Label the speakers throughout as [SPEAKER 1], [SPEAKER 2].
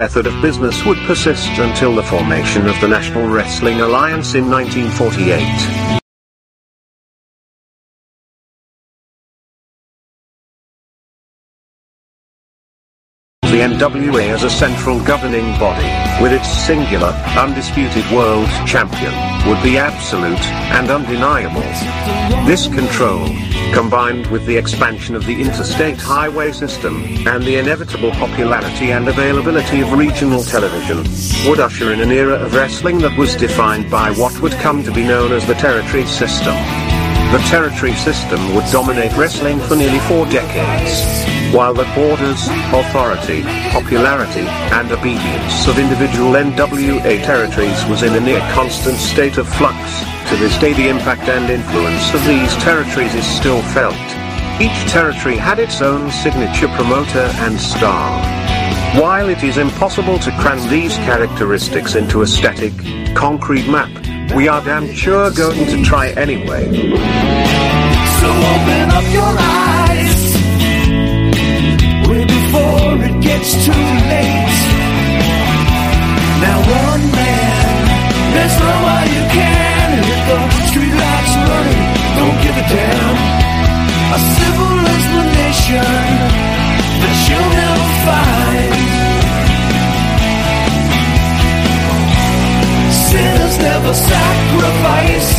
[SPEAKER 1] method of business would persist until the formation of the National Wrestling Alliance in 1948. the NWA as a central governing body, with its singular, undisputed world champion, would be absolute and undeniable. This control, combined with the expansion of the interstate highway system, and the inevitable popularity and availability of regional television, would usher in an era of wrestling that was defined by what would come to be known as the territory system. The territory system would dominate wrestling for nearly four decades, while the borders, authority, popularity, and obedience of individual NWA territories was in a near constant state of flux. To this day the impact and influence of these territories is still felt. Each territory had its own signature promoter and star. While it is impossible to cram these characteristics into a static, concrete map, we are damn sure going to try anyway.
[SPEAKER 2] So open up your eyes way before it gets too late. Now one man, there's no way you can. And if the streetlights are running, don't give a damn. A simple explanation that you'll never find. Sinners never sacrifice.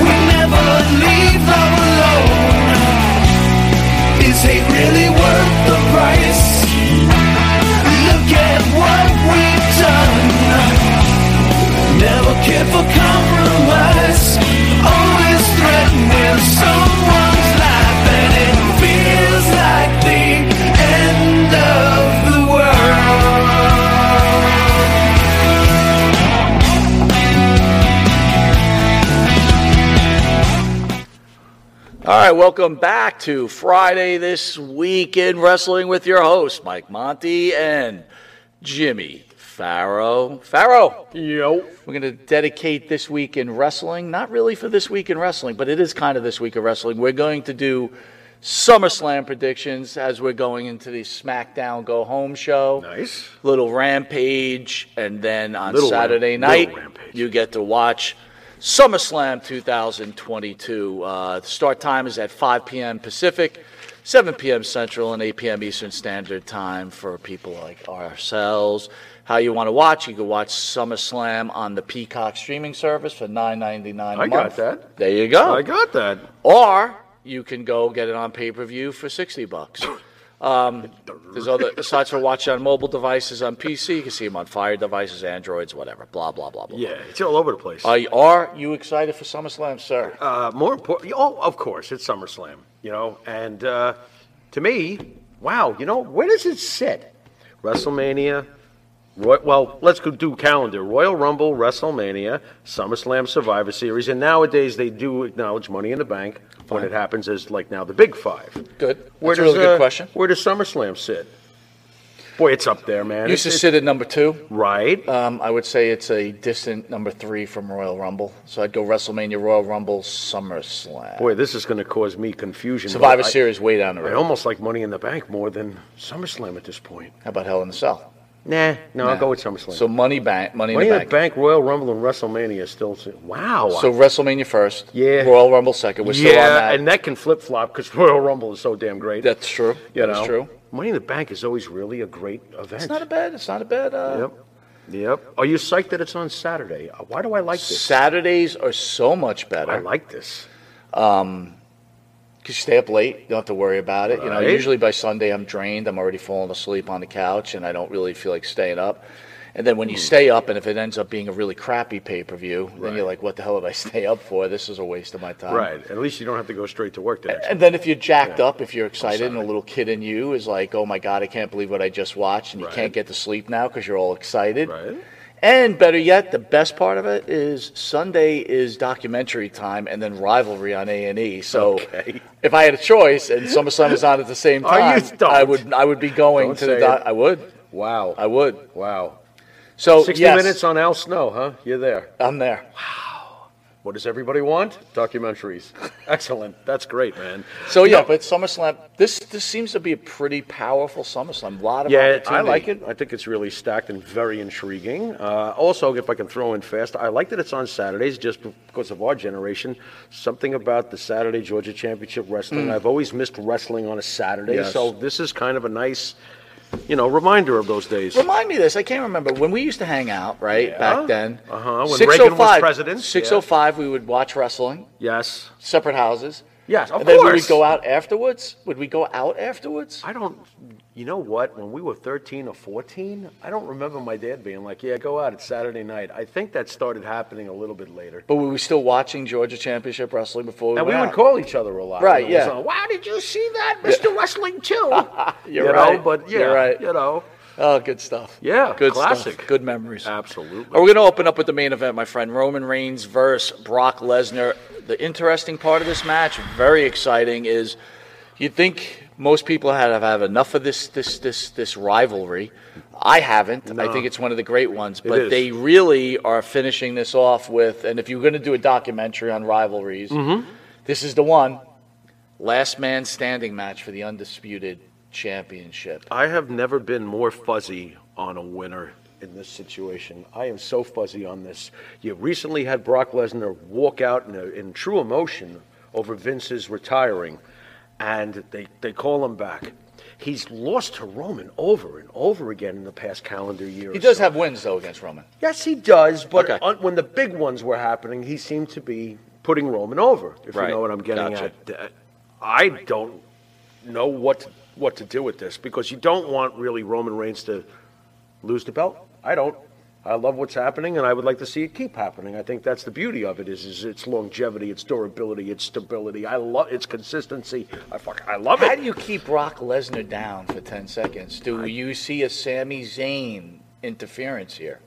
[SPEAKER 2] We never leave them alone. Is hate really worth the price? Look at what we've done. Never care for compromise. Always threatening someone's life, and it feels like the end of the world.
[SPEAKER 3] All right, welcome back to Friday this week in wrestling with your host Mike Monty and Jimmy Farrow. Farrow,
[SPEAKER 4] Yo.
[SPEAKER 3] we're going to dedicate this week in wrestling, not really for this week in wrestling, but it is kind of this week of wrestling. We're going to do SummerSlam predictions as we're going into the SmackDown Go Home show.
[SPEAKER 4] Nice.
[SPEAKER 3] Little Rampage, and then on
[SPEAKER 4] Little
[SPEAKER 3] Saturday
[SPEAKER 4] Ram-
[SPEAKER 3] night,
[SPEAKER 4] Little Rampage.
[SPEAKER 3] you get to watch SummerSlam 2022. Uh, the start time is at 5 p.m. Pacific, 7 p.m. Central, and 8 p.m. Eastern Standard Time for people like ourselves. How you want to watch? You can watch SummerSlam on the Peacock streaming service for $9.99 a
[SPEAKER 4] I
[SPEAKER 3] month.
[SPEAKER 4] got that.
[SPEAKER 3] There you go.
[SPEAKER 4] Oh, I got that.
[SPEAKER 3] Or you can go get it on pay per view for sixty bucks. Um, there's other aside from watching on mobile devices on PC, you can see them on Fire devices, Androids, whatever. Blah blah blah blah.
[SPEAKER 4] Yeah, it's all over the place.
[SPEAKER 3] Are you, are you excited for SummerSlam, sir?
[SPEAKER 4] Uh, more important, oh, of course, it's SummerSlam, you know. And uh, to me, wow, you know, where does it sit? WrestleMania. Roy- well, let's go do calendar: Royal Rumble, WrestleMania, SummerSlam, Survivor Series, and nowadays they do acknowledge Money in the Bank when it happens as like now the Big Five.
[SPEAKER 3] Good. That's a really good
[SPEAKER 4] uh,
[SPEAKER 3] question.
[SPEAKER 4] Where does SummerSlam sit? Boy, it's up there, man.
[SPEAKER 3] Used to
[SPEAKER 4] It's-
[SPEAKER 3] sit at number two.
[SPEAKER 4] right.
[SPEAKER 3] Um, I would say it's a distant number three from Royal Rumble. So I'd go WrestleMania, Royal Rumble, SummerSlam,
[SPEAKER 4] Boy, this is going to cause me confusion.
[SPEAKER 3] Survivor
[SPEAKER 4] I-
[SPEAKER 3] Series, way down the
[SPEAKER 4] I
[SPEAKER 3] road.
[SPEAKER 4] almost like Money in the Bank more than SummerSlam at this point.
[SPEAKER 3] How about Hell in a Cell?
[SPEAKER 4] Nah, no, I'll
[SPEAKER 3] Nah.
[SPEAKER 4] go with SummerSlam.
[SPEAKER 3] So Money Bank, Money,
[SPEAKER 4] Money
[SPEAKER 3] in the Bank.
[SPEAKER 4] Royal Rumble, and WrestleMania still. s- Wow.
[SPEAKER 3] So WrestleMania first.
[SPEAKER 4] Yeah.
[SPEAKER 3] Royal Rumble second. We're
[SPEAKER 4] yeah,
[SPEAKER 3] still on that.
[SPEAKER 4] and that can flip flop because Royal Rumble is so damn great.
[SPEAKER 3] That's true.
[SPEAKER 4] you
[SPEAKER 3] That's
[SPEAKER 4] know?
[SPEAKER 3] true.
[SPEAKER 4] Money in the Bank is always really a great event.
[SPEAKER 3] It's not a bad. It's not a bad. Uh,
[SPEAKER 4] Yep. Yep. Are you psyched that it's on Saturday? Uh, Why do I like this?
[SPEAKER 3] Saturdays are so much
[SPEAKER 4] I
[SPEAKER 3] better
[SPEAKER 4] like this.
[SPEAKER 3] because you stay up late. You don't have to worry about it. You know,
[SPEAKER 4] Right.
[SPEAKER 3] usually by Sunday I'm drained. I'm already falling asleep on the couch, and I don't really feel like staying up. And then when you
[SPEAKER 4] Hmm.
[SPEAKER 3] stay up, and if it ends up being a really crappy pay per view, then you're like, what the hell did I stay up for? This is a waste of my time.
[SPEAKER 4] At least you don't have to go straight to work the next.
[SPEAKER 3] And then if you're jacked up, if you're excited, and a little kid in you is like, "Oh my god, I can't believe what I just watched," and you
[SPEAKER 4] Right.
[SPEAKER 3] can't get to sleep now because you're all excited.
[SPEAKER 4] Right.
[SPEAKER 3] And better yet, the best part of it is Sunday is documentary time, and then rivalry on A and E. So
[SPEAKER 4] Okay.
[SPEAKER 3] if I had a choice and SummerSlam was on at the same
[SPEAKER 4] Are you
[SPEAKER 3] time, I
[SPEAKER 4] don't.
[SPEAKER 3] would I would be going
[SPEAKER 4] Don't
[SPEAKER 3] to the.
[SPEAKER 4] say
[SPEAKER 3] doc-
[SPEAKER 4] it.
[SPEAKER 3] I would.
[SPEAKER 4] Wow.
[SPEAKER 3] I would.
[SPEAKER 4] wow.
[SPEAKER 3] So
[SPEAKER 4] 60
[SPEAKER 3] yes,
[SPEAKER 4] minutes on Al Snow, huh? You're there.
[SPEAKER 3] I'm there.
[SPEAKER 4] What does everybody want? Documentaries. Excellent. That's great, man.
[SPEAKER 3] So yeah,
[SPEAKER 4] No.
[SPEAKER 3] but SummerSlam. This this seems to be a pretty powerful SummerSlam. A lot of
[SPEAKER 4] Yeah,
[SPEAKER 3] opportunity.
[SPEAKER 4] I like it. I think it's really stacked and very intriguing. Uh, also, if I can throw in fast, I like that it's on Saturdays just because of our generation. Something about the Saturday Georgia Championship Wrestling. I've always missed wrestling on a Saturday,
[SPEAKER 3] Mm. Yes.
[SPEAKER 4] so this is kind of a nice, you know, reminder of those days.
[SPEAKER 3] Remind me of this. I can't remember when we used to hang out, right? Back then.
[SPEAKER 4] Uh-huh, when Reagan was president, yeah.
[SPEAKER 3] 605, we would watch wrestling,
[SPEAKER 4] yes.
[SPEAKER 3] separate houses.
[SPEAKER 4] Yes, of
[SPEAKER 3] and then we would
[SPEAKER 4] course.
[SPEAKER 3] go out afterwards. Would we go out afterwards?
[SPEAKER 4] I don't. You know what? When we were 13 or 14, I don't remember my dad being like, "Yeah, go out. It's Saturday night." I think that started happening a little bit later.
[SPEAKER 3] But were we still watching Georgia Championship Wrestling before we
[SPEAKER 4] And we
[SPEAKER 3] went
[SPEAKER 4] would
[SPEAKER 3] out?
[SPEAKER 4] call each other a lot.
[SPEAKER 3] Right,
[SPEAKER 4] you
[SPEAKER 3] yeah.
[SPEAKER 4] know, so, wow, did you see that, Mr. Wrestling too?
[SPEAKER 3] You're
[SPEAKER 4] you
[SPEAKER 3] right.
[SPEAKER 4] Know, but yeah,
[SPEAKER 3] You're right.
[SPEAKER 4] you know,
[SPEAKER 3] Oh, good stuff.
[SPEAKER 4] Yeah,
[SPEAKER 3] good
[SPEAKER 4] classic.
[SPEAKER 3] Stuff. Good memories.
[SPEAKER 4] absolutely.
[SPEAKER 3] We're going to open up with the main event, my friend. Roman Reigns versus Brock Lesnar. The interesting part of this match, very exciting, is you'd think most people have, have enough of this this this this rivalry. I haven't. I think it's one of the great ones. But
[SPEAKER 4] is.
[SPEAKER 3] they really are finishing this off with. And if you're going to do a documentary on rivalries, this is the one. Last man standing match for the undisputed championship.
[SPEAKER 4] I have never been more fuzzy on a winner in this situation. I am so fuzzy on this. You recently had Brock Lesnar walk out in, a, in true emotion over Vince's retiring, and they, they call him back. He's lost to Roman over and over again in the past calendar year.
[SPEAKER 3] He
[SPEAKER 4] or
[SPEAKER 3] does
[SPEAKER 4] so.
[SPEAKER 3] have wins though against Roman.
[SPEAKER 4] Yes, he does, but
[SPEAKER 3] Okay.
[SPEAKER 4] on, when the big ones were happening, he seemed to be putting Roman over, if
[SPEAKER 3] Right.
[SPEAKER 4] you know what I'm getting
[SPEAKER 3] Gotcha.
[SPEAKER 4] at. I don't know what to, what to do with this because you don't want really Roman Reigns to lose the belt. I don't. I love what's happening, and I would like to see it keep happening. I think that's the beauty of it is, is its longevity, its durability, its stability. I love its consistency. I fuck, I love
[SPEAKER 3] How
[SPEAKER 4] it.
[SPEAKER 3] do you keep Brock Lesnar down for 10 seconds? Do you see a Sami Zayn interference here?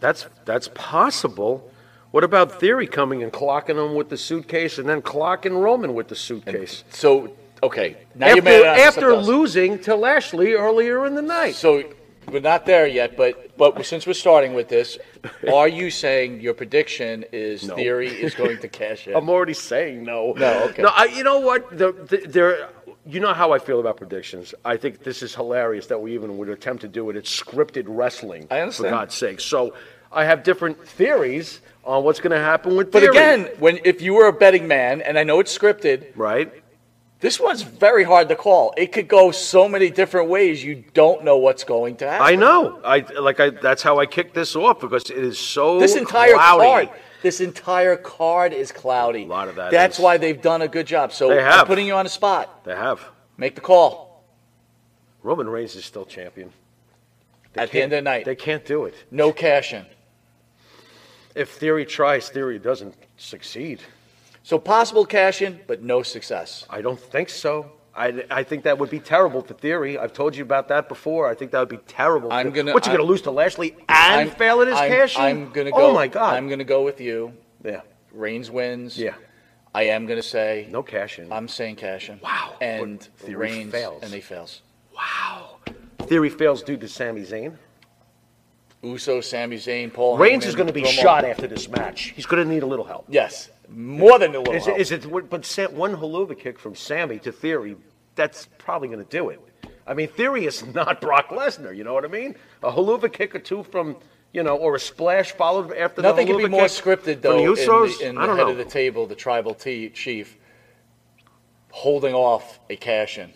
[SPEAKER 4] That's that's possible. What about Theory coming and clocking him with the suitcase, and then clocking Roman with the suitcase?
[SPEAKER 3] So, okay. Now you
[SPEAKER 4] after
[SPEAKER 3] made it out to
[SPEAKER 4] after
[SPEAKER 3] something else.
[SPEAKER 4] losing to Lashley earlier in the night.
[SPEAKER 3] So, we're not there yet, but but since we're starting with this, are you saying your prediction is
[SPEAKER 4] No.
[SPEAKER 3] Theory is going to cash in?
[SPEAKER 4] I'm already saying no.
[SPEAKER 3] No, okay.
[SPEAKER 4] No, I, you know what? The, the, there, you know how I feel about predictions. I think this is hilarious that we even would attempt to do it. It's scripted wrestling.
[SPEAKER 3] I understand.
[SPEAKER 4] For God's sake. So I have different theories on what's going to happen with
[SPEAKER 3] but
[SPEAKER 4] Theory.
[SPEAKER 3] again, when if you were a betting man, and I know it's scripted,
[SPEAKER 4] right?
[SPEAKER 3] this one's very hard to call. It could go so many different ways. You don't know what's going to happen.
[SPEAKER 4] I know. I like. I that's how I kicked this off because it is so
[SPEAKER 3] This entire
[SPEAKER 4] cloudy.
[SPEAKER 3] card, this entire card is cloudy. A
[SPEAKER 4] lot of that
[SPEAKER 3] That's
[SPEAKER 4] is.
[SPEAKER 3] why they've done a good job. So
[SPEAKER 4] They
[SPEAKER 3] I'm
[SPEAKER 4] have.
[SPEAKER 3] putting you on the spot.
[SPEAKER 4] They have
[SPEAKER 3] Make the call
[SPEAKER 4] Roman Reigns is still champion.
[SPEAKER 3] at the end of the night.
[SPEAKER 4] They can't do it.
[SPEAKER 3] no cash in.
[SPEAKER 4] If theory tries, theory doesn't succeed.
[SPEAKER 3] So possible cash in, but no success.
[SPEAKER 4] I don't think so. I, I think that would be terrible for theory. I've told you about that before. I think that would be terrible.
[SPEAKER 3] I'm
[SPEAKER 4] for-
[SPEAKER 3] gonna-
[SPEAKER 4] What you
[SPEAKER 3] I'm-
[SPEAKER 4] going to lose to Lashley and fail at his
[SPEAKER 3] I'm,
[SPEAKER 4] cash? in?
[SPEAKER 3] I'm gonna go.
[SPEAKER 4] Oh my god.
[SPEAKER 3] I'm gonna go with you.
[SPEAKER 4] yeah.
[SPEAKER 3] Reigns wins.
[SPEAKER 4] Yeah.
[SPEAKER 3] I am gonna say
[SPEAKER 4] No cash in.
[SPEAKER 3] I'm saying cash in.
[SPEAKER 4] Wow.
[SPEAKER 3] And
[SPEAKER 4] But Theory
[SPEAKER 3] Reigns
[SPEAKER 4] fails.
[SPEAKER 3] and he fails.
[SPEAKER 4] wow. Theory fails due to Sami Zayn.
[SPEAKER 3] Uso, Sami Zayn, Paul.
[SPEAKER 4] Reigns
[SPEAKER 3] Heyman,
[SPEAKER 4] is going to be
[SPEAKER 3] Roman.
[SPEAKER 4] shot after this match. He's going to need a little help.
[SPEAKER 3] Yes, more than a little.
[SPEAKER 4] Is,
[SPEAKER 3] help.
[SPEAKER 4] it, is it? what- But Sam, one haluva kick from Sammy to Theory, that's probably going to do it. I mean, Theory is not Brock Lesnar. You know what I mean? A haluva kick or two from, you know, or a splash followed after
[SPEAKER 3] Nothing
[SPEAKER 4] the
[SPEAKER 3] could be
[SPEAKER 4] haluva
[SPEAKER 3] more
[SPEAKER 4] kick
[SPEAKER 3] scripted,
[SPEAKER 4] from
[SPEAKER 3] though,
[SPEAKER 4] the Usos?
[SPEAKER 3] in the, in
[SPEAKER 4] I
[SPEAKER 3] the
[SPEAKER 4] don't
[SPEAKER 3] head
[SPEAKER 4] know.
[SPEAKER 3] of the table, the tribal t- chief holding off a cash in.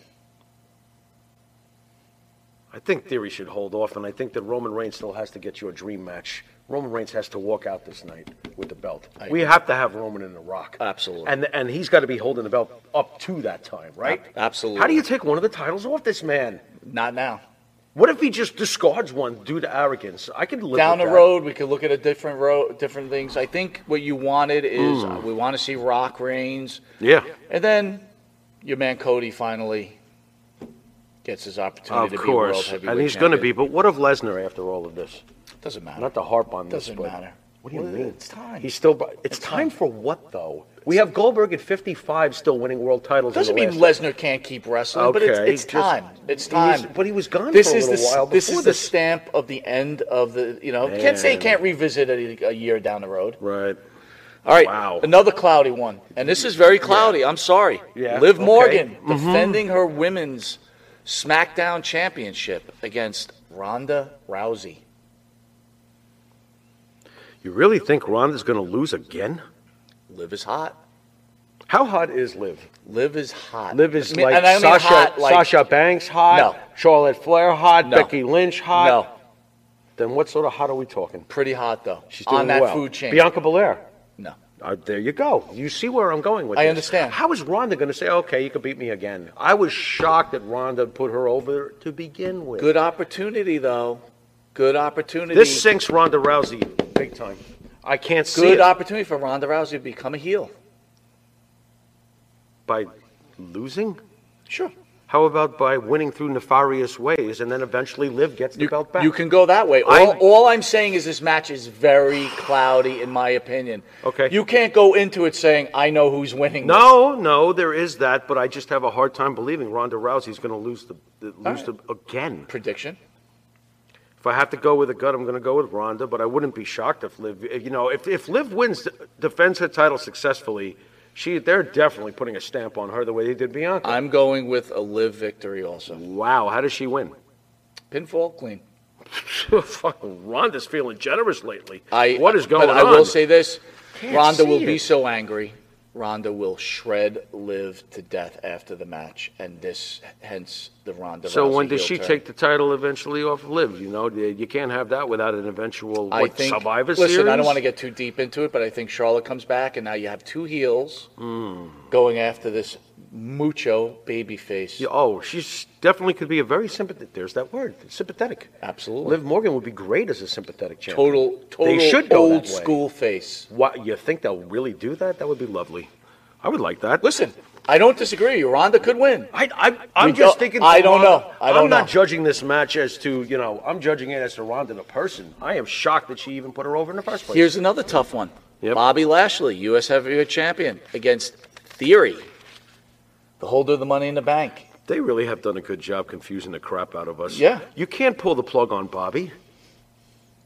[SPEAKER 4] I think Theory should hold off, and I think that Roman Reigns still has to get you a dream match. Roman Reigns has to walk out this night with the belt. we have to have Roman in the Rock.
[SPEAKER 3] Absolutely.
[SPEAKER 4] And and he's got to be holding the belt up to that time, right?
[SPEAKER 3] Ab- absolutely.
[SPEAKER 4] How do you take one of the titles off this man?
[SPEAKER 3] Not now.
[SPEAKER 4] What if he just discards one due to arrogance? I could live
[SPEAKER 3] down the
[SPEAKER 4] with that.
[SPEAKER 3] road we could look at a different road different things i think what you wanted is
[SPEAKER 4] Hmm.
[SPEAKER 3] uh, we want to see rock reigns
[SPEAKER 4] Yeah,
[SPEAKER 3] and then your man cody finally gets his opportunity
[SPEAKER 4] of
[SPEAKER 3] to
[SPEAKER 4] course,
[SPEAKER 3] be world
[SPEAKER 4] and he's going to be. But what of Lesnar after all of this?
[SPEAKER 3] doesn't matter
[SPEAKER 4] Not to harp on this,
[SPEAKER 3] doesn't
[SPEAKER 4] but
[SPEAKER 3] matter
[SPEAKER 4] What do you
[SPEAKER 3] Well,
[SPEAKER 4] mean?
[SPEAKER 3] it's time
[SPEAKER 4] He's still. It's,
[SPEAKER 3] It's time.
[SPEAKER 4] time, for what though? We have Goldberg at 55 still winning world titles. in
[SPEAKER 3] doesn't
[SPEAKER 4] the
[SPEAKER 3] mean
[SPEAKER 4] last-
[SPEAKER 3] Lesnar can't keep wrestling, but it's,
[SPEAKER 4] Okay,
[SPEAKER 3] it's
[SPEAKER 4] just-
[SPEAKER 3] time. It's
[SPEAKER 4] he was-
[SPEAKER 3] time.
[SPEAKER 4] but he was gone
[SPEAKER 3] This
[SPEAKER 4] for a
[SPEAKER 3] is
[SPEAKER 4] little
[SPEAKER 3] the,
[SPEAKER 4] while
[SPEAKER 3] This
[SPEAKER 4] before
[SPEAKER 3] is the
[SPEAKER 4] this.
[SPEAKER 3] stamp of the end of the. You know, can't say
[SPEAKER 4] Man.
[SPEAKER 3] can't revisit it a year down the road.
[SPEAKER 4] Right.
[SPEAKER 3] All right,
[SPEAKER 4] Wow.
[SPEAKER 3] another cloudy one, and this is very cloudy. I'm sorry,
[SPEAKER 4] Yeah,
[SPEAKER 3] Liv
[SPEAKER 4] okay. Mm-hmm.
[SPEAKER 3] Morgan defending her women's SmackDown Championship against Ronda Rousey.
[SPEAKER 4] You really think Ronda's going to lose again?
[SPEAKER 3] Liv is hot.
[SPEAKER 4] How hot is Liv?
[SPEAKER 3] Liv is hot.
[SPEAKER 4] Liv is
[SPEAKER 3] I mean-
[SPEAKER 4] like
[SPEAKER 3] and I mean
[SPEAKER 4] Sasha.
[SPEAKER 3] hot, like-
[SPEAKER 4] Sasha Banks hot.
[SPEAKER 3] No.
[SPEAKER 4] Charlotte Flair hot.
[SPEAKER 3] No.
[SPEAKER 4] Becky Lynch hot.
[SPEAKER 3] No,
[SPEAKER 4] Then what sort of hot are we talking?
[SPEAKER 3] pretty hot though.
[SPEAKER 4] She's doing
[SPEAKER 3] on that
[SPEAKER 4] well.
[SPEAKER 3] food chain.
[SPEAKER 4] Bianca Belair.
[SPEAKER 3] no.
[SPEAKER 4] Uh, there you go. You see where I'm going with
[SPEAKER 3] I
[SPEAKER 4] this.
[SPEAKER 3] understand.
[SPEAKER 4] How is Ronda going to say, okay, you can beat me again? I was shocked that Ronda put her over to begin with.
[SPEAKER 3] Good opportunity though. Good opportunity.
[SPEAKER 4] This sinks Ronda Rousey big time. I can't see
[SPEAKER 3] good
[SPEAKER 4] it
[SPEAKER 3] opportunity for Ronda Rousey to become a heel.
[SPEAKER 4] by losing.
[SPEAKER 3] Sure.
[SPEAKER 4] How about by winning through nefarious ways and then eventually Liv gets the
[SPEAKER 3] You,
[SPEAKER 4] belt back?
[SPEAKER 3] you can go that way. All,
[SPEAKER 4] I'm-
[SPEAKER 3] all I'm saying is this match is very cloudy, in my opinion.
[SPEAKER 4] Okay.
[SPEAKER 3] You can't go into it saying, I know who's winning. this."
[SPEAKER 4] No, no, there is that, but I just have a hard time believing Ronda Rousey's going to lose the, the lose the again.
[SPEAKER 3] Prediction?
[SPEAKER 4] If I have to go with a gut, I'm going to go with Ronda, but I wouldn't be shocked if Liv, if, you know, if, if Liv wins, defends her title successfully, she they're definitely putting a stamp on her the way they did Bianca.
[SPEAKER 3] I'm going with a live victory also.
[SPEAKER 4] wow, how does she win?
[SPEAKER 3] Pinfall clean.
[SPEAKER 4] Fucking Ronda's feeling generous lately.
[SPEAKER 3] I,
[SPEAKER 4] what is going
[SPEAKER 3] but
[SPEAKER 4] on?
[SPEAKER 3] I will say this Ronda
[SPEAKER 4] see
[SPEAKER 3] will
[SPEAKER 4] it.
[SPEAKER 3] be so angry. Ronda will shred Liv to death after the match, and this, hence the Ronda.
[SPEAKER 4] so
[SPEAKER 3] Rousey
[SPEAKER 4] when does
[SPEAKER 3] heel
[SPEAKER 4] she
[SPEAKER 3] turn.
[SPEAKER 4] take the title eventually off of Liv? You know, you you can't have that without an eventual
[SPEAKER 3] I
[SPEAKER 4] what,
[SPEAKER 3] think.
[SPEAKER 4] Survivor
[SPEAKER 3] listen,
[SPEAKER 4] Series.
[SPEAKER 3] I don't want to get too deep into it, but I think Charlotte comes back, and now you have two heels
[SPEAKER 4] Hmm.
[SPEAKER 3] going after this mucho babyface.
[SPEAKER 4] Yeah, Oh, she's definitely could be a very sympathetic. There's that word, sympathetic.
[SPEAKER 3] Absolutely.
[SPEAKER 4] Liv Morgan would be great as a sympathetic champion.
[SPEAKER 3] Total, total
[SPEAKER 4] They should go
[SPEAKER 3] old
[SPEAKER 4] that way.
[SPEAKER 3] school face.
[SPEAKER 4] What you think they'll really do that? That would be lovely. I would like that.
[SPEAKER 3] Listen, I don't disagree. Ronda could win.
[SPEAKER 4] I, I
[SPEAKER 3] We
[SPEAKER 4] I'm just
[SPEAKER 3] don't-
[SPEAKER 4] thinking.
[SPEAKER 3] I don't
[SPEAKER 4] Ronda-
[SPEAKER 3] know. I don't
[SPEAKER 4] I'm not
[SPEAKER 3] know.
[SPEAKER 4] judging this match as to you know. I'm judging it as to Ronda the person. I am shocked that she even put her over in the first place.
[SPEAKER 3] Here's another tough one.
[SPEAKER 4] Yep.
[SPEAKER 3] Bobby Lashley, U.S. heavyweight champion, against Theory, the holder of the Money in the Bank.
[SPEAKER 4] they really have done a good job confusing the crap out of us.
[SPEAKER 3] Yeah.
[SPEAKER 4] You can't pull the plug on Bobby.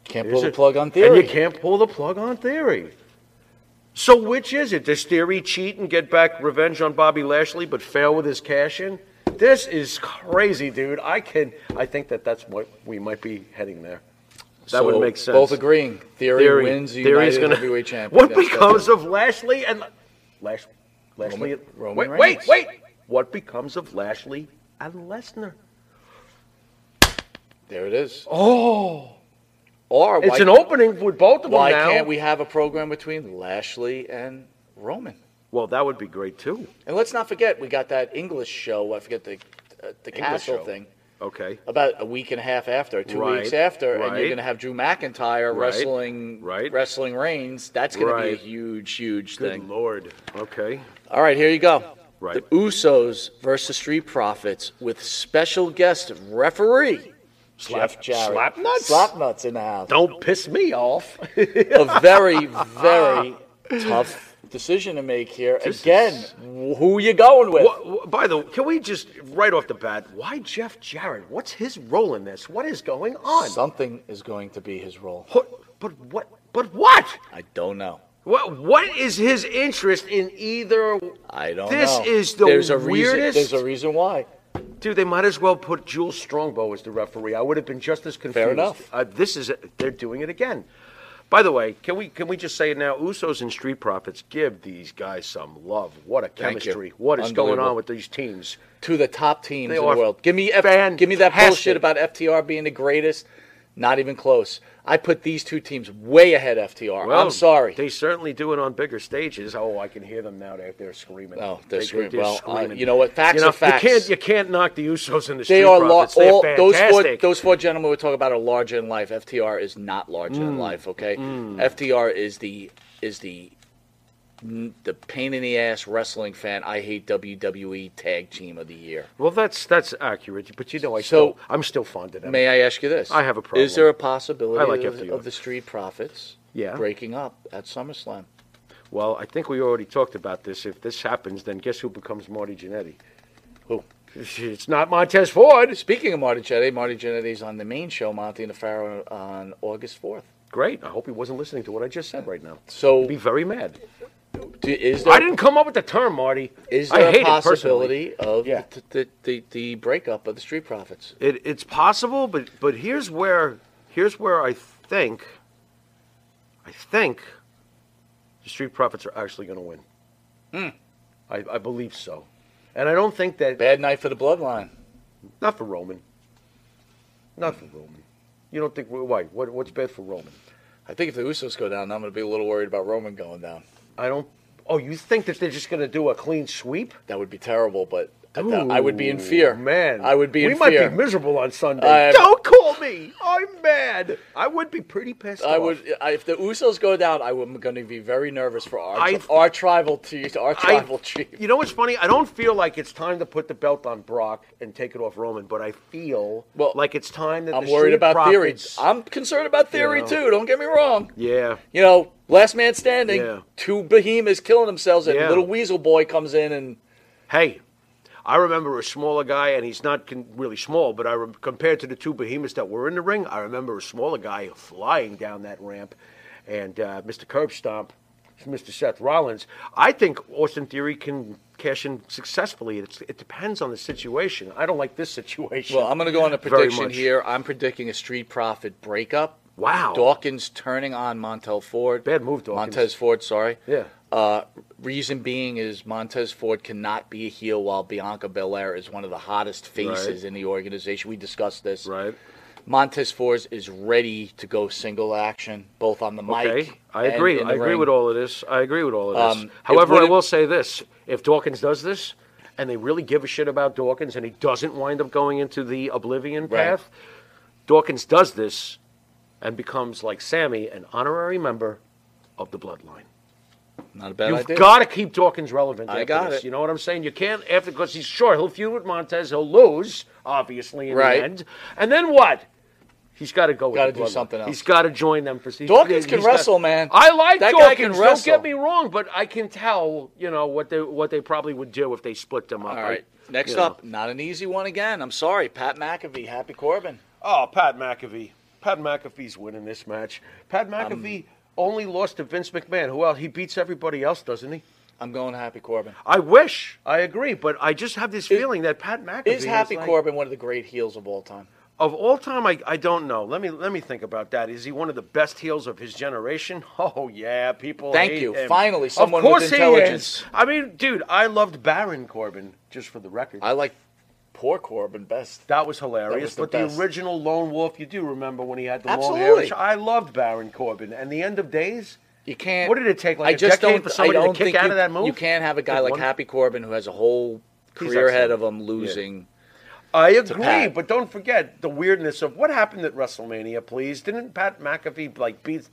[SPEAKER 3] Can't
[SPEAKER 4] Is
[SPEAKER 3] pull the
[SPEAKER 4] it?
[SPEAKER 3] plug on Theory.
[SPEAKER 4] And you can't pull the plug on Theory. So which is it? Does Theory cheat and get back revenge on Bobby Lashley, but fail with his cash in? This is crazy, dude. I can. I think that that's what we might be heading there. That
[SPEAKER 3] So,
[SPEAKER 4] would make sense.
[SPEAKER 3] Both agreeing. Theory,
[SPEAKER 4] Theory
[SPEAKER 3] wins the
[SPEAKER 4] Theory's
[SPEAKER 3] United
[SPEAKER 4] gonna-
[SPEAKER 3] Heavyweight Champion.
[SPEAKER 4] What
[SPEAKER 3] That's- that's
[SPEAKER 4] becomes
[SPEAKER 3] it.
[SPEAKER 4] of Lashley and Lash, Lashley?
[SPEAKER 3] Roman- Roman
[SPEAKER 4] wait, wait,
[SPEAKER 3] Reigns.
[SPEAKER 4] wait. What becomes of Lashley and Lesnar?
[SPEAKER 3] There it is.
[SPEAKER 4] Oh,
[SPEAKER 3] Or
[SPEAKER 4] it's
[SPEAKER 3] why-
[SPEAKER 4] an opening with both of
[SPEAKER 3] Why
[SPEAKER 4] them now.
[SPEAKER 3] can't we have a program between Lashley and Roman?
[SPEAKER 4] Well, that would be great too.
[SPEAKER 3] And let's not forget, we got that English show. I forget the uh, the castle
[SPEAKER 4] show.
[SPEAKER 3] thing
[SPEAKER 4] Okay.
[SPEAKER 3] about a week and a half after, two
[SPEAKER 4] Right,
[SPEAKER 3] weeks after, and
[SPEAKER 4] right.
[SPEAKER 3] you're going to have Drew McIntyre
[SPEAKER 4] Right,
[SPEAKER 3] wrestling
[SPEAKER 4] right.
[SPEAKER 3] wrestling Reigns. That's going to
[SPEAKER 4] Right.
[SPEAKER 3] be a huge, huge
[SPEAKER 4] Good
[SPEAKER 3] thing.
[SPEAKER 4] lord. Okay.
[SPEAKER 3] All right, here you go.
[SPEAKER 4] Right.
[SPEAKER 3] The Usos versus Street Profits with special guest referee Jeff Jarrett.
[SPEAKER 4] slap nuts?
[SPEAKER 3] Slap nuts in the house.
[SPEAKER 4] Don't piss me off.
[SPEAKER 3] a very, very tough decision to make here.
[SPEAKER 4] This
[SPEAKER 3] Again,
[SPEAKER 4] is-
[SPEAKER 3] wh- who you going with?
[SPEAKER 4] Wha- wha- by the way, can we just right off the bat? Why Jeff Jarrett? What's his role in this? What is going on?
[SPEAKER 3] Something is going to be his role.
[SPEAKER 4] Who- but what? But what?
[SPEAKER 3] I don't know.
[SPEAKER 4] What? What is his interest in either?
[SPEAKER 3] I don't
[SPEAKER 4] This
[SPEAKER 3] know.
[SPEAKER 4] is the
[SPEAKER 3] there's a
[SPEAKER 4] weirdest-
[SPEAKER 3] Reason, there's a reason why.
[SPEAKER 4] Dude, they might as well put Jules Strongbow as the referee. I would have been just as confused.
[SPEAKER 3] enough.
[SPEAKER 4] Uh, this is it. They're doing it again. By the way, can we can we just say it now? Usos and Street Profits give these guys some love. What a
[SPEAKER 3] Thank you.
[SPEAKER 4] chemistry! What is going
[SPEAKER 3] Unbelievable.
[SPEAKER 4] on with these teams?
[SPEAKER 3] To the top teams
[SPEAKER 4] They
[SPEAKER 3] in the
[SPEAKER 4] are
[SPEAKER 3] world. Give me F- give me that
[SPEAKER 4] fantastic.
[SPEAKER 3] bullshit about FTR being the greatest. Not even close. I put these two teams way ahead FTR. I'm sorry.
[SPEAKER 4] They certainly do it on bigger stages. Oh, I can hear them now. They're, they're screaming.
[SPEAKER 3] Oh, they're scream- well, uh, you know what? Facts
[SPEAKER 4] You know,
[SPEAKER 3] are facts.
[SPEAKER 4] You can't, you can't knock the Usos in
[SPEAKER 3] they
[SPEAKER 4] the Street
[SPEAKER 3] are lo-
[SPEAKER 4] Profits. They're
[SPEAKER 3] all those four
[SPEAKER 4] fantastic.
[SPEAKER 3] those four gentlemen we're talking about are larger in life. FTR is not larger
[SPEAKER 4] Mm.
[SPEAKER 3] in life. Okay, FTR is the is the the pain in the ass wrestling fan. I hate WWE tag team of the year.
[SPEAKER 4] Well, that's that's accurate, but you know, I
[SPEAKER 3] So-
[SPEAKER 4] still, I'm still fond of them.
[SPEAKER 3] May I ask you this?
[SPEAKER 4] I have a
[SPEAKER 3] Is there a
[SPEAKER 4] problem.
[SPEAKER 3] possibility
[SPEAKER 4] I like
[SPEAKER 3] of,
[SPEAKER 4] FTR.
[SPEAKER 3] of the Street Profits
[SPEAKER 4] Yeah.
[SPEAKER 3] breaking up at SummerSlam?
[SPEAKER 4] Well, I think we already talked about this. If this happens, then guess who becomes Marty Jannetty?
[SPEAKER 3] Who?
[SPEAKER 4] It's not Montez Ford.
[SPEAKER 3] Speaking of Marty Jannetty, Marty Jannetty's on the main show, Monty and the Pharaoh, on August fourth.
[SPEAKER 4] Great. I hope he wasn't listening to what I just said right now.
[SPEAKER 3] So,
[SPEAKER 4] He'd be very mad.
[SPEAKER 3] do- is there
[SPEAKER 4] I didn't come up with the term, Marty.
[SPEAKER 3] Is
[SPEAKER 4] I
[SPEAKER 3] there
[SPEAKER 4] hate
[SPEAKER 3] a
[SPEAKER 4] it personally.
[SPEAKER 3] possibility of
[SPEAKER 4] Yeah.
[SPEAKER 3] the, the, the, the breakup of the Street Profits?
[SPEAKER 4] It, it's possible, but but here's where here's where I think I think the Street Profits are actually going to win.
[SPEAKER 3] Hmm.
[SPEAKER 4] I, I believe so, and I don't think that
[SPEAKER 3] Bad night for the Bloodline.
[SPEAKER 4] not for Roman, not for Roman. You don't think why? What what's bad for Roman?
[SPEAKER 3] I think if the Usos go down, I'm going to be a little worried about Roman going down.
[SPEAKER 4] I don't. Oh, you think that they're just going to do a clean sweep?
[SPEAKER 3] That would be terrible, but I, thought- I would be in fear.
[SPEAKER 4] Ooh, Man,
[SPEAKER 3] I would be
[SPEAKER 4] We
[SPEAKER 3] in
[SPEAKER 4] might
[SPEAKER 3] fear.
[SPEAKER 4] be miserable on Sunday.
[SPEAKER 3] I-
[SPEAKER 4] Don't call me. I'm mad. I would be pretty pissed.
[SPEAKER 3] I
[SPEAKER 4] off.
[SPEAKER 3] would I, if the Usos go down, I am going to be very nervous for our
[SPEAKER 4] I-
[SPEAKER 3] our tribal chief. Our
[SPEAKER 4] I-
[SPEAKER 3] tribal chief.
[SPEAKER 4] You know what's funny? I don't feel like it's time to put the belt on Brock and take it off Roman, but I feel
[SPEAKER 3] Well,
[SPEAKER 4] like it's time that
[SPEAKER 3] I'm
[SPEAKER 4] the
[SPEAKER 3] worried
[SPEAKER 4] Street
[SPEAKER 3] about
[SPEAKER 4] Profits,
[SPEAKER 3] theory. I'm concerned about theory
[SPEAKER 4] know.
[SPEAKER 3] too. Don't get me wrong.
[SPEAKER 4] yeah,
[SPEAKER 3] You know, last man standing.
[SPEAKER 4] Yeah.
[SPEAKER 3] Two behemoths killing themselves, and
[SPEAKER 4] Yeah.
[SPEAKER 3] little weasel boy comes in and.
[SPEAKER 4] hey, I remember a smaller guy, and he's not con- really small, but I rem compared to the two behemoths that were in the ring, I remember a smaller guy flying down that ramp, and uh, Mr. Curb Stomp, Mr. Seth Rollins. I think Austin Theory can cash in successfully. It's, it depends on the situation. I don't like this situation.
[SPEAKER 3] Well, I'm going to go on a
[SPEAKER 4] very
[SPEAKER 3] prediction
[SPEAKER 4] much.
[SPEAKER 3] here. I'm predicting a Street Profit breakup.
[SPEAKER 4] Wow.
[SPEAKER 3] Dawkins turning on Montel Ford.
[SPEAKER 4] Bad move, Dawkins.
[SPEAKER 3] Montez Ford, sorry.
[SPEAKER 4] Yeah.
[SPEAKER 3] Uh, reason being is Montez Ford cannot be a heel while Bianca Belair is one of the hottest faces
[SPEAKER 4] Right.
[SPEAKER 3] in the organization. We discussed this.
[SPEAKER 4] Right.
[SPEAKER 3] Montez Ford is ready to go single action, both on the
[SPEAKER 4] Okay,
[SPEAKER 3] mic.
[SPEAKER 4] I
[SPEAKER 3] and
[SPEAKER 4] agree.
[SPEAKER 3] in the
[SPEAKER 4] I agree
[SPEAKER 3] ring.
[SPEAKER 4] with all of this. I agree with all of this.
[SPEAKER 3] Um, it
[SPEAKER 4] However, I
[SPEAKER 3] wouldn't-
[SPEAKER 4] will say this: if Dawkins does this, and they really give a shit about Dawkins, and he doesn't wind up going into the oblivion
[SPEAKER 3] Right.
[SPEAKER 4] path, Dawkins does this and becomes like Sammy, an honorary member of the bloodline.
[SPEAKER 3] Not a bad
[SPEAKER 4] You've
[SPEAKER 3] idea.
[SPEAKER 4] got to keep Dawkins relevant.
[SPEAKER 3] I
[SPEAKER 4] after
[SPEAKER 3] got
[SPEAKER 4] this,
[SPEAKER 3] it.
[SPEAKER 4] You know what I'm saying? You can't after because he's sure he'll feud with Montez. He'll lose, obviously, in
[SPEAKER 3] Right.
[SPEAKER 4] the end. And then what? He's got to go.
[SPEAKER 3] Gotta
[SPEAKER 4] with the
[SPEAKER 3] do
[SPEAKER 4] bloodline.
[SPEAKER 3] something else.
[SPEAKER 4] He's got to join them for. he's-
[SPEAKER 3] Dawkins can
[SPEAKER 4] he's got-
[SPEAKER 3] wrestle, man.
[SPEAKER 4] I like
[SPEAKER 3] That guy
[SPEAKER 4] Dawkins.
[SPEAKER 3] can
[SPEAKER 4] Don't
[SPEAKER 3] wrestle.
[SPEAKER 4] get me wrong, but I can tell you know what they what they probably would do if they split them up.
[SPEAKER 3] all
[SPEAKER 4] I-
[SPEAKER 3] right. Next
[SPEAKER 4] you know.
[SPEAKER 3] up, not an easy one again. I'm sorry. Pat McAfee, Happy Corbin.
[SPEAKER 4] Oh, Pat McAfee. Pat McAfee's winning this match. Pat McAfee only lost to Vince McMahon. Who else? He beats everybody else, doesn't he?
[SPEAKER 3] I'm going Happy Corbin.
[SPEAKER 4] I wish. I agree, but I just have this feeling that Pat McAfee
[SPEAKER 3] Is Happy
[SPEAKER 4] like-
[SPEAKER 3] Corbin one of the great heels of all time?
[SPEAKER 4] Of all time, I, I don't know. Let me let me think about that. Is he one of the best heels of his generation? Oh yeah, people.
[SPEAKER 3] Thank
[SPEAKER 4] hate
[SPEAKER 3] you.
[SPEAKER 4] him.
[SPEAKER 3] Finally, someone
[SPEAKER 4] of course
[SPEAKER 3] with
[SPEAKER 4] he
[SPEAKER 3] intelligence.
[SPEAKER 4] is. I mean, dude, I loved Baron Corbin. Just for the record,
[SPEAKER 3] I like poor Corbin best.
[SPEAKER 4] that was hilarious.
[SPEAKER 3] That was the
[SPEAKER 4] but
[SPEAKER 3] best.
[SPEAKER 4] the original Lone Wolf, you do remember when he had the long
[SPEAKER 3] Absolutely.
[SPEAKER 4] hair? I loved Baron Corbin. And the end of days.
[SPEAKER 3] You can't.
[SPEAKER 4] What did it take, like,
[SPEAKER 3] I
[SPEAKER 4] a
[SPEAKER 3] just
[SPEAKER 4] decade
[SPEAKER 3] don't,
[SPEAKER 4] for somebody
[SPEAKER 3] I
[SPEAKER 4] to
[SPEAKER 3] don't
[SPEAKER 4] kick
[SPEAKER 3] think
[SPEAKER 4] out
[SPEAKER 3] you,
[SPEAKER 4] of that move?
[SPEAKER 3] You can't have a guy
[SPEAKER 4] Good
[SPEAKER 3] like
[SPEAKER 4] one.
[SPEAKER 3] Happy Corbin who has a whole
[SPEAKER 4] He's
[SPEAKER 3] career ahead of
[SPEAKER 4] excellent.
[SPEAKER 3] him losing.
[SPEAKER 4] I agree,
[SPEAKER 3] Pat.
[SPEAKER 4] but don't forget the weirdness of what happened at WrestleMania. Please, didn't Pat McAfee like beat?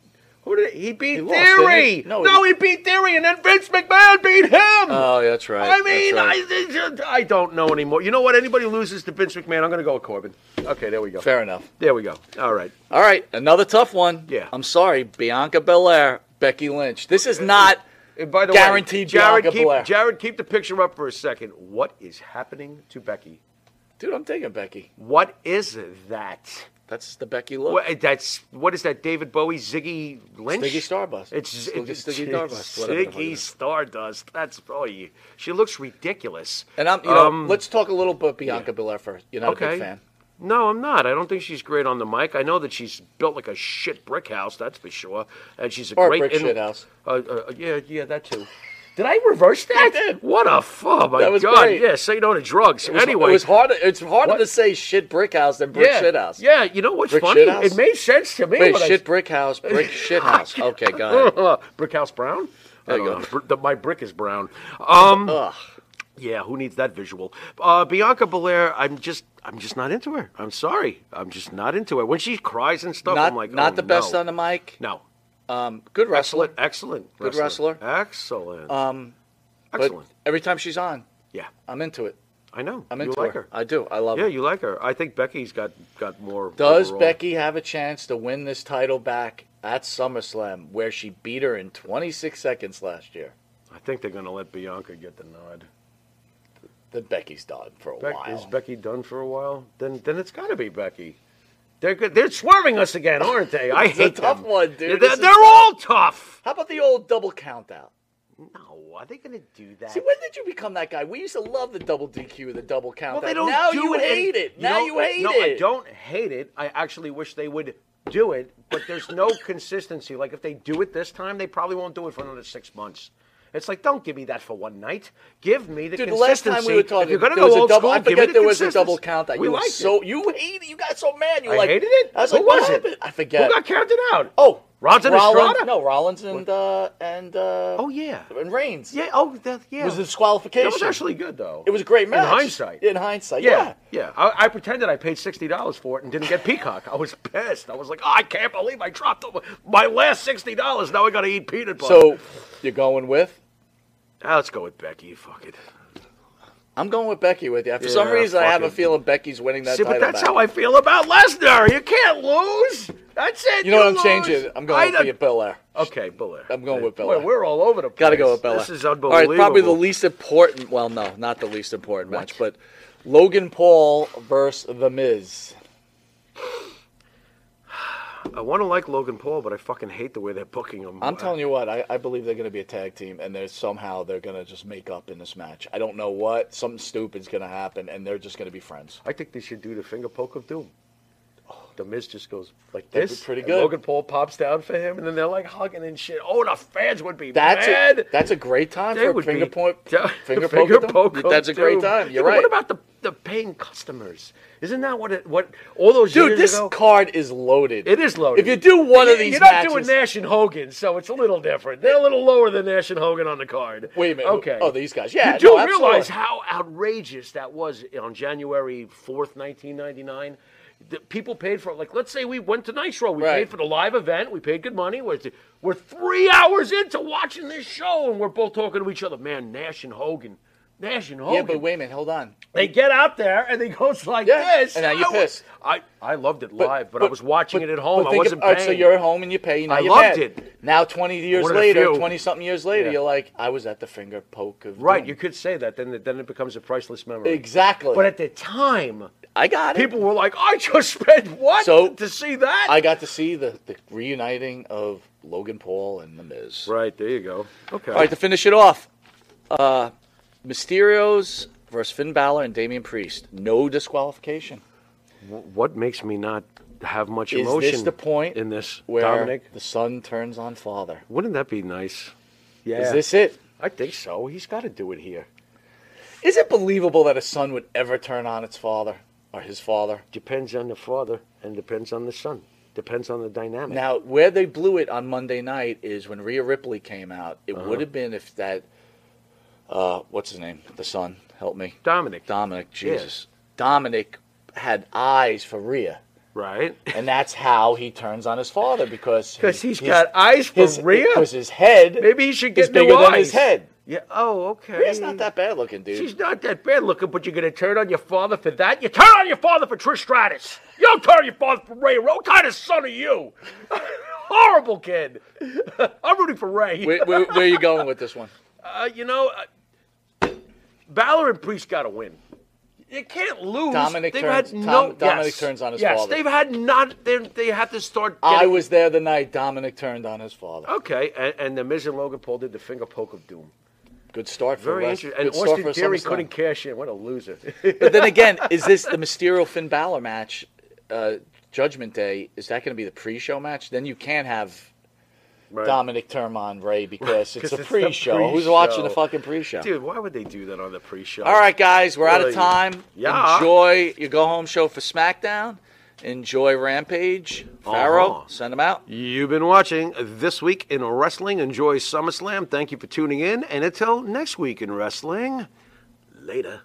[SPEAKER 4] Who did he beat?
[SPEAKER 3] He lost, didn't
[SPEAKER 4] Theory.
[SPEAKER 3] he? No,
[SPEAKER 4] no,
[SPEAKER 3] he-
[SPEAKER 4] he beat Theory, and then Vince McMahon beat him.
[SPEAKER 3] Oh, that's right.
[SPEAKER 4] I mean,
[SPEAKER 3] That's right.
[SPEAKER 4] I, just- I don't know anymore. You know what? Anybody loses to Vince McMahon, I'm going to go with Corbin. Okay, there we go.
[SPEAKER 3] Fair enough.
[SPEAKER 4] There we go. All right.
[SPEAKER 3] All right, another tough one.
[SPEAKER 4] Yeah.
[SPEAKER 3] I'm sorry, Bianca Belair, Becky Lynch. This is not.
[SPEAKER 4] And by the
[SPEAKER 3] Guaranteed
[SPEAKER 4] way, Jared,
[SPEAKER 3] Bianca
[SPEAKER 4] keep,
[SPEAKER 3] Belair.
[SPEAKER 4] Jared, keep the picture up for a second. What is happening to Becky?
[SPEAKER 3] Dude, I'm taking Becky.
[SPEAKER 4] What is that?
[SPEAKER 3] That's the Becky look.
[SPEAKER 4] What, that's what is that? David Bowie, Ziggy Lynch,
[SPEAKER 3] Ziggy Stardust.
[SPEAKER 4] It's
[SPEAKER 3] Ziggy-
[SPEAKER 4] it's-
[SPEAKER 3] Ziggy
[SPEAKER 4] it's
[SPEAKER 3] Stardust, whatever the fuck it
[SPEAKER 4] Ziggy
[SPEAKER 3] is.
[SPEAKER 4] Stardust. That's probably she looks ridiculous.
[SPEAKER 3] And I'm, you know,
[SPEAKER 4] Um,
[SPEAKER 3] let's talk a little bit Bianca Belair first. You're not a
[SPEAKER 4] okay.
[SPEAKER 3] big fan.
[SPEAKER 4] No, I'm not. I don't think she's great on the mic. I know that she's built like a shit brick house, that's for sure. And she's a
[SPEAKER 3] Or a
[SPEAKER 4] great
[SPEAKER 3] brick shit house.
[SPEAKER 4] Uh, uh, yeah, yeah, that too. Did I reverse that?
[SPEAKER 3] You did.
[SPEAKER 4] What a fuck! my
[SPEAKER 3] That was
[SPEAKER 4] God.
[SPEAKER 3] great.
[SPEAKER 4] Yeah, say no to drugs.
[SPEAKER 3] It was-
[SPEAKER 4] anyway,
[SPEAKER 3] it was harder. It's harder
[SPEAKER 4] What?
[SPEAKER 3] to say shit brick house than brick
[SPEAKER 4] yeah,
[SPEAKER 3] shit house.
[SPEAKER 4] Yeah, you know what's
[SPEAKER 3] Brick
[SPEAKER 4] funny?
[SPEAKER 3] shithouse?
[SPEAKER 4] It made sense to me.
[SPEAKER 3] Wait,
[SPEAKER 4] when I-
[SPEAKER 3] shit brick house, brick shit house. Okay, go ahead.
[SPEAKER 4] brick house brown.
[SPEAKER 3] There you
[SPEAKER 4] I don't
[SPEAKER 3] go.
[SPEAKER 4] know. Br- the- my brick is brown. Um,
[SPEAKER 3] Ugh.
[SPEAKER 4] yeah, who needs that visual? Uh, Bianca Belair, I'm just, I'm just not into her. I'm sorry, I'm just not into her. When she cries and stuff,
[SPEAKER 3] Not,
[SPEAKER 4] I'm like,
[SPEAKER 3] not
[SPEAKER 4] oh,
[SPEAKER 3] the best
[SPEAKER 4] no.
[SPEAKER 3] on the mic.
[SPEAKER 4] No,
[SPEAKER 3] Um, good wrestler.
[SPEAKER 4] excellent, excellent,
[SPEAKER 3] Good wrestler.
[SPEAKER 4] excellent, um,
[SPEAKER 3] but
[SPEAKER 4] excellent.
[SPEAKER 3] every time she's on,
[SPEAKER 4] yeah,
[SPEAKER 3] I'm into it.
[SPEAKER 4] I know.
[SPEAKER 3] I'm
[SPEAKER 4] you
[SPEAKER 3] into
[SPEAKER 4] like
[SPEAKER 3] her.
[SPEAKER 4] her.
[SPEAKER 3] I do. I love
[SPEAKER 4] yeah,
[SPEAKER 3] her.
[SPEAKER 4] you like her. I think Becky's got got more.
[SPEAKER 3] Does
[SPEAKER 4] overall.
[SPEAKER 3] Becky have a chance to win this title back at SummerSlam, where she beat her in 26 seconds last year?
[SPEAKER 4] I think they're going to let Bianca get the nod.
[SPEAKER 3] Then Becky's done for a
[SPEAKER 4] Beck,
[SPEAKER 3] while.
[SPEAKER 4] is Becky done for a while? Then then it's got to be Becky. They're good. they're swerving us again, aren't they? I
[SPEAKER 3] It's a
[SPEAKER 4] hate
[SPEAKER 3] tough
[SPEAKER 4] them.
[SPEAKER 3] one, dude.
[SPEAKER 4] They're,
[SPEAKER 3] This is
[SPEAKER 4] they're
[SPEAKER 3] tough.
[SPEAKER 4] all tough.
[SPEAKER 3] How about the old double count out?
[SPEAKER 4] No, are they going to do that?
[SPEAKER 3] See, when did you become that guy? We used to love the double DQ, the double count
[SPEAKER 4] well,
[SPEAKER 3] out.
[SPEAKER 4] they don't
[SPEAKER 3] now
[SPEAKER 4] do
[SPEAKER 3] you
[SPEAKER 4] it.
[SPEAKER 3] hate
[SPEAKER 4] in-
[SPEAKER 3] it. Now
[SPEAKER 4] don't-
[SPEAKER 3] you hate
[SPEAKER 4] no,
[SPEAKER 3] it.
[SPEAKER 4] I don't hate it. I actually wish they would do it, but there's no consistency. Like if they do it this time, they probably won't do it for another six months. It's like don't give me that for one night. Give me the
[SPEAKER 3] Dude, the last
[SPEAKER 4] consistency.
[SPEAKER 3] time we were
[SPEAKER 4] If
[SPEAKER 3] talking,
[SPEAKER 4] you're gonna
[SPEAKER 3] there was
[SPEAKER 4] go
[SPEAKER 3] a
[SPEAKER 4] old
[SPEAKER 3] double.
[SPEAKER 4] school,
[SPEAKER 3] I
[SPEAKER 4] give me
[SPEAKER 3] forget
[SPEAKER 4] the
[SPEAKER 3] there was a double
[SPEAKER 4] consistency.
[SPEAKER 3] count out.
[SPEAKER 4] We
[SPEAKER 3] you were
[SPEAKER 4] liked
[SPEAKER 3] so
[SPEAKER 4] it.
[SPEAKER 3] you hated. You got so mad. You
[SPEAKER 4] I
[SPEAKER 3] like
[SPEAKER 4] hated it.
[SPEAKER 3] I was
[SPEAKER 4] Who
[SPEAKER 3] like,
[SPEAKER 4] was
[SPEAKER 3] what
[SPEAKER 4] it?
[SPEAKER 3] happened? I forget.
[SPEAKER 4] Who got counted out?
[SPEAKER 3] Oh,
[SPEAKER 4] Rollins and
[SPEAKER 3] Rollins-
[SPEAKER 4] Estrada?
[SPEAKER 3] No, Rollins and uh, and uh,
[SPEAKER 4] Oh yeah.
[SPEAKER 3] and Reigns.
[SPEAKER 4] Yeah. Oh, that, yeah.
[SPEAKER 3] it was a disqualification.
[SPEAKER 4] That was actually good though.
[SPEAKER 3] It was a great match.
[SPEAKER 4] In hindsight.
[SPEAKER 3] In hindsight, yeah.
[SPEAKER 4] Yeah, yeah. I, I pretended I paid sixty dollars for it and didn't get Peacock. I was pissed. I was like, oh, I can't believe I dropped all my my last sixty dollars. Now I got to eat peanut butter.
[SPEAKER 3] So you're going with?
[SPEAKER 4] Ah, let's go with Becky. Fuck it.
[SPEAKER 3] I'm going with Becky with you. For some
[SPEAKER 4] Yeah,
[SPEAKER 3] reason, I have a
[SPEAKER 4] fucking-
[SPEAKER 3] feeling Becky's winning that
[SPEAKER 4] See,
[SPEAKER 3] title
[SPEAKER 4] but that's
[SPEAKER 3] back.
[SPEAKER 4] how I feel about Lesnar. You can't lose. That's it.
[SPEAKER 3] you know what? I'm
[SPEAKER 4] lose.
[SPEAKER 3] changing. I'm
[SPEAKER 4] I
[SPEAKER 3] going
[SPEAKER 4] don't-
[SPEAKER 3] with Belair.
[SPEAKER 4] Okay, Belair.
[SPEAKER 3] I'm going with
[SPEAKER 4] Boy,
[SPEAKER 3] Belair.
[SPEAKER 4] we're all over the place.
[SPEAKER 3] Got to go with Bella.
[SPEAKER 4] This is unbelievable.
[SPEAKER 3] All right, probably the least important. Well, no, not the least important match, but Logan Paul versus The Miz.
[SPEAKER 4] I want to like Logan Paul, but I fucking hate the way they're booking him.
[SPEAKER 3] I'm telling you what, I, I believe they're going to be a tag team, and they're somehow they're going to just make up in this match. I don't know what. Something stupid's going to happen, and they're just going to be friends.
[SPEAKER 4] I think they should do the finger poke of doom. The Miz just goes like
[SPEAKER 3] That'd be
[SPEAKER 4] this.
[SPEAKER 3] pretty
[SPEAKER 4] and
[SPEAKER 3] good.
[SPEAKER 4] Logan Paul pops down for him, and then they're like hugging and shit. Oh, the fans would be
[SPEAKER 3] That's
[SPEAKER 4] mad.
[SPEAKER 3] a, that's a great time
[SPEAKER 4] they
[SPEAKER 3] for a
[SPEAKER 4] would
[SPEAKER 3] finger
[SPEAKER 4] be,
[SPEAKER 3] point,
[SPEAKER 4] Yeah,
[SPEAKER 3] finger,
[SPEAKER 4] finger
[SPEAKER 3] poke. at them.
[SPEAKER 4] poke of
[SPEAKER 3] that's a great
[SPEAKER 4] doom.
[SPEAKER 3] time. You're
[SPEAKER 4] Yeah, but
[SPEAKER 3] right.
[SPEAKER 4] What about the the paying customers? Isn't that what it, what all those
[SPEAKER 3] Dude,
[SPEAKER 4] years
[SPEAKER 3] this
[SPEAKER 4] ago?
[SPEAKER 3] card is loaded.
[SPEAKER 4] It is
[SPEAKER 3] If
[SPEAKER 4] loaded.
[SPEAKER 3] you do one
[SPEAKER 4] You-
[SPEAKER 3] of these
[SPEAKER 4] you're not
[SPEAKER 3] matches,
[SPEAKER 4] doing Nash and Hogan, so it's a little different. They're a little lower than Nash and Hogan on the card.
[SPEAKER 3] Wait a minute. who-
[SPEAKER 4] Okay.
[SPEAKER 3] Oh, these guys. Yeah.
[SPEAKER 4] you do
[SPEAKER 3] no, absolutely.
[SPEAKER 4] realize how outrageous that was on January 4th, 1999. The people paid for it. Like, let's say we went to Nitro. We
[SPEAKER 3] Right.
[SPEAKER 4] paid for the live event. We paid good money. We're, we're three hours into watching this show, and we're both talking to each other. Man, Nash and Hogan. Nash and Hogan.
[SPEAKER 3] Yeah, but wait a minute. Hold on.
[SPEAKER 4] They get out there, and they goes like
[SPEAKER 3] Yeah,
[SPEAKER 4] this.
[SPEAKER 3] and now you're
[SPEAKER 4] I was-
[SPEAKER 3] pissed.
[SPEAKER 4] I, I loved it
[SPEAKER 3] But-
[SPEAKER 4] live, but, I was watching
[SPEAKER 3] but-
[SPEAKER 4] it at home.
[SPEAKER 3] but
[SPEAKER 4] I
[SPEAKER 3] think
[SPEAKER 4] wasn't
[SPEAKER 3] of- all right, so
[SPEAKER 4] paying.
[SPEAKER 3] you're at home and you're paying. Now
[SPEAKER 4] I
[SPEAKER 3] you're
[SPEAKER 4] loved
[SPEAKER 3] mad.
[SPEAKER 4] it.
[SPEAKER 3] Now, 20 years
[SPEAKER 4] One of the
[SPEAKER 3] later,
[SPEAKER 4] few.
[SPEAKER 3] 20 something years later,
[SPEAKER 4] Yeah.
[SPEAKER 3] you're like, I was at the finger poke of
[SPEAKER 4] Right,
[SPEAKER 3] doom.
[SPEAKER 4] you could say that. Then, it- then it becomes a priceless memory.
[SPEAKER 3] Exactly.
[SPEAKER 4] But at the time,
[SPEAKER 3] I got it.
[SPEAKER 4] people were like, "I just spent what
[SPEAKER 3] So-
[SPEAKER 4] to see that."
[SPEAKER 3] I got to see the, the reuniting of Logan Paul and The Miz.
[SPEAKER 4] right there, you go. Okay.
[SPEAKER 3] All right, to finish it off, uh, Mysterio's versus Finn Balor and Damian Priest. No disqualification.
[SPEAKER 4] What makes me not have much
[SPEAKER 3] Is
[SPEAKER 4] emotion?
[SPEAKER 3] this the point
[SPEAKER 4] in this,
[SPEAKER 3] where
[SPEAKER 4] Dominic?
[SPEAKER 3] the son turns on father?
[SPEAKER 4] Wouldn't that be nice? Yeah.
[SPEAKER 3] Is this it?
[SPEAKER 4] I think so. He's got to do it here.
[SPEAKER 3] Is it believable that a son would ever turn on its father or his father?
[SPEAKER 4] Depends on the father and depends on the son. Depends on the dynamic.
[SPEAKER 3] Now, where they blew it on Monday night is when Rhea Ripley came out. It
[SPEAKER 4] Uh-huh.
[SPEAKER 3] would have been if that, uh, what's his name? The son, help me.
[SPEAKER 4] Dominic.
[SPEAKER 3] Dominic,
[SPEAKER 4] Yeah.
[SPEAKER 3] Jesus. Dominic had eyes for Rhea.
[SPEAKER 4] right?
[SPEAKER 3] And that's how he turns on his father because
[SPEAKER 4] 'Cause
[SPEAKER 3] he-
[SPEAKER 4] he's got eyes for
[SPEAKER 3] his,
[SPEAKER 4] Rhea?
[SPEAKER 3] Because his head
[SPEAKER 4] Maybe he should
[SPEAKER 3] is
[SPEAKER 4] get new
[SPEAKER 3] bigger than his
[SPEAKER 4] eyes.
[SPEAKER 3] head.
[SPEAKER 4] Yeah. Oh, okay.
[SPEAKER 3] Rhea's not that bad looking, dude.
[SPEAKER 4] She's not that bad looking, but you're gonna turn on your father for that? You turn on your father for Trish Stratus. You don't turn on your father for Ray. Ray, What kind of son are you? Horrible kid. I'm rooting for Ray.
[SPEAKER 3] where, where, where are you going with this one?
[SPEAKER 4] Uh, you know, uh, Balor and Priest got to win. You can't lose.
[SPEAKER 3] Dominic
[SPEAKER 4] they've
[SPEAKER 3] turns-
[SPEAKER 4] had no,
[SPEAKER 3] Tom- Dominic
[SPEAKER 4] yes,
[SPEAKER 3] turns on his
[SPEAKER 4] yes,
[SPEAKER 3] father.
[SPEAKER 4] they've had not. They they have to start. Getting,
[SPEAKER 3] I was there the night Dominic turned on his father.
[SPEAKER 4] okay, and, and the Miz and Logan Paul did the finger poke of doom.
[SPEAKER 3] Good start for
[SPEAKER 4] Very
[SPEAKER 3] West-
[SPEAKER 4] interesting. And
[SPEAKER 3] good start
[SPEAKER 4] Austin
[SPEAKER 3] for
[SPEAKER 4] Theory
[SPEAKER 3] SummerSlam.
[SPEAKER 4] couldn't cash in. What a loser.
[SPEAKER 3] But then again, is this the Mysterio Finn Balor match, uh, Judgment Day? Is that going to be the pre-show match? Then you can't have
[SPEAKER 4] Right.
[SPEAKER 3] Dominic Termon Ray because it's
[SPEAKER 4] 'Cause
[SPEAKER 3] a
[SPEAKER 4] it's the
[SPEAKER 3] pre-show. Who's watching the
[SPEAKER 4] pre-show.
[SPEAKER 3] fucking pre-show?
[SPEAKER 4] Dude, why would they do that on the pre-show?
[SPEAKER 3] All right, guys, we're out of
[SPEAKER 4] Really?
[SPEAKER 3] time.
[SPEAKER 4] Yeah.
[SPEAKER 3] Enjoy your go-home show for SmackDown. Enjoy Rampage. Pharaoh,
[SPEAKER 4] Uh-huh.
[SPEAKER 3] send them out.
[SPEAKER 4] You've been watching This Week in Wrestling. Enjoy SummerSlam. Thank you for tuning in. And until next week in wrestling, later.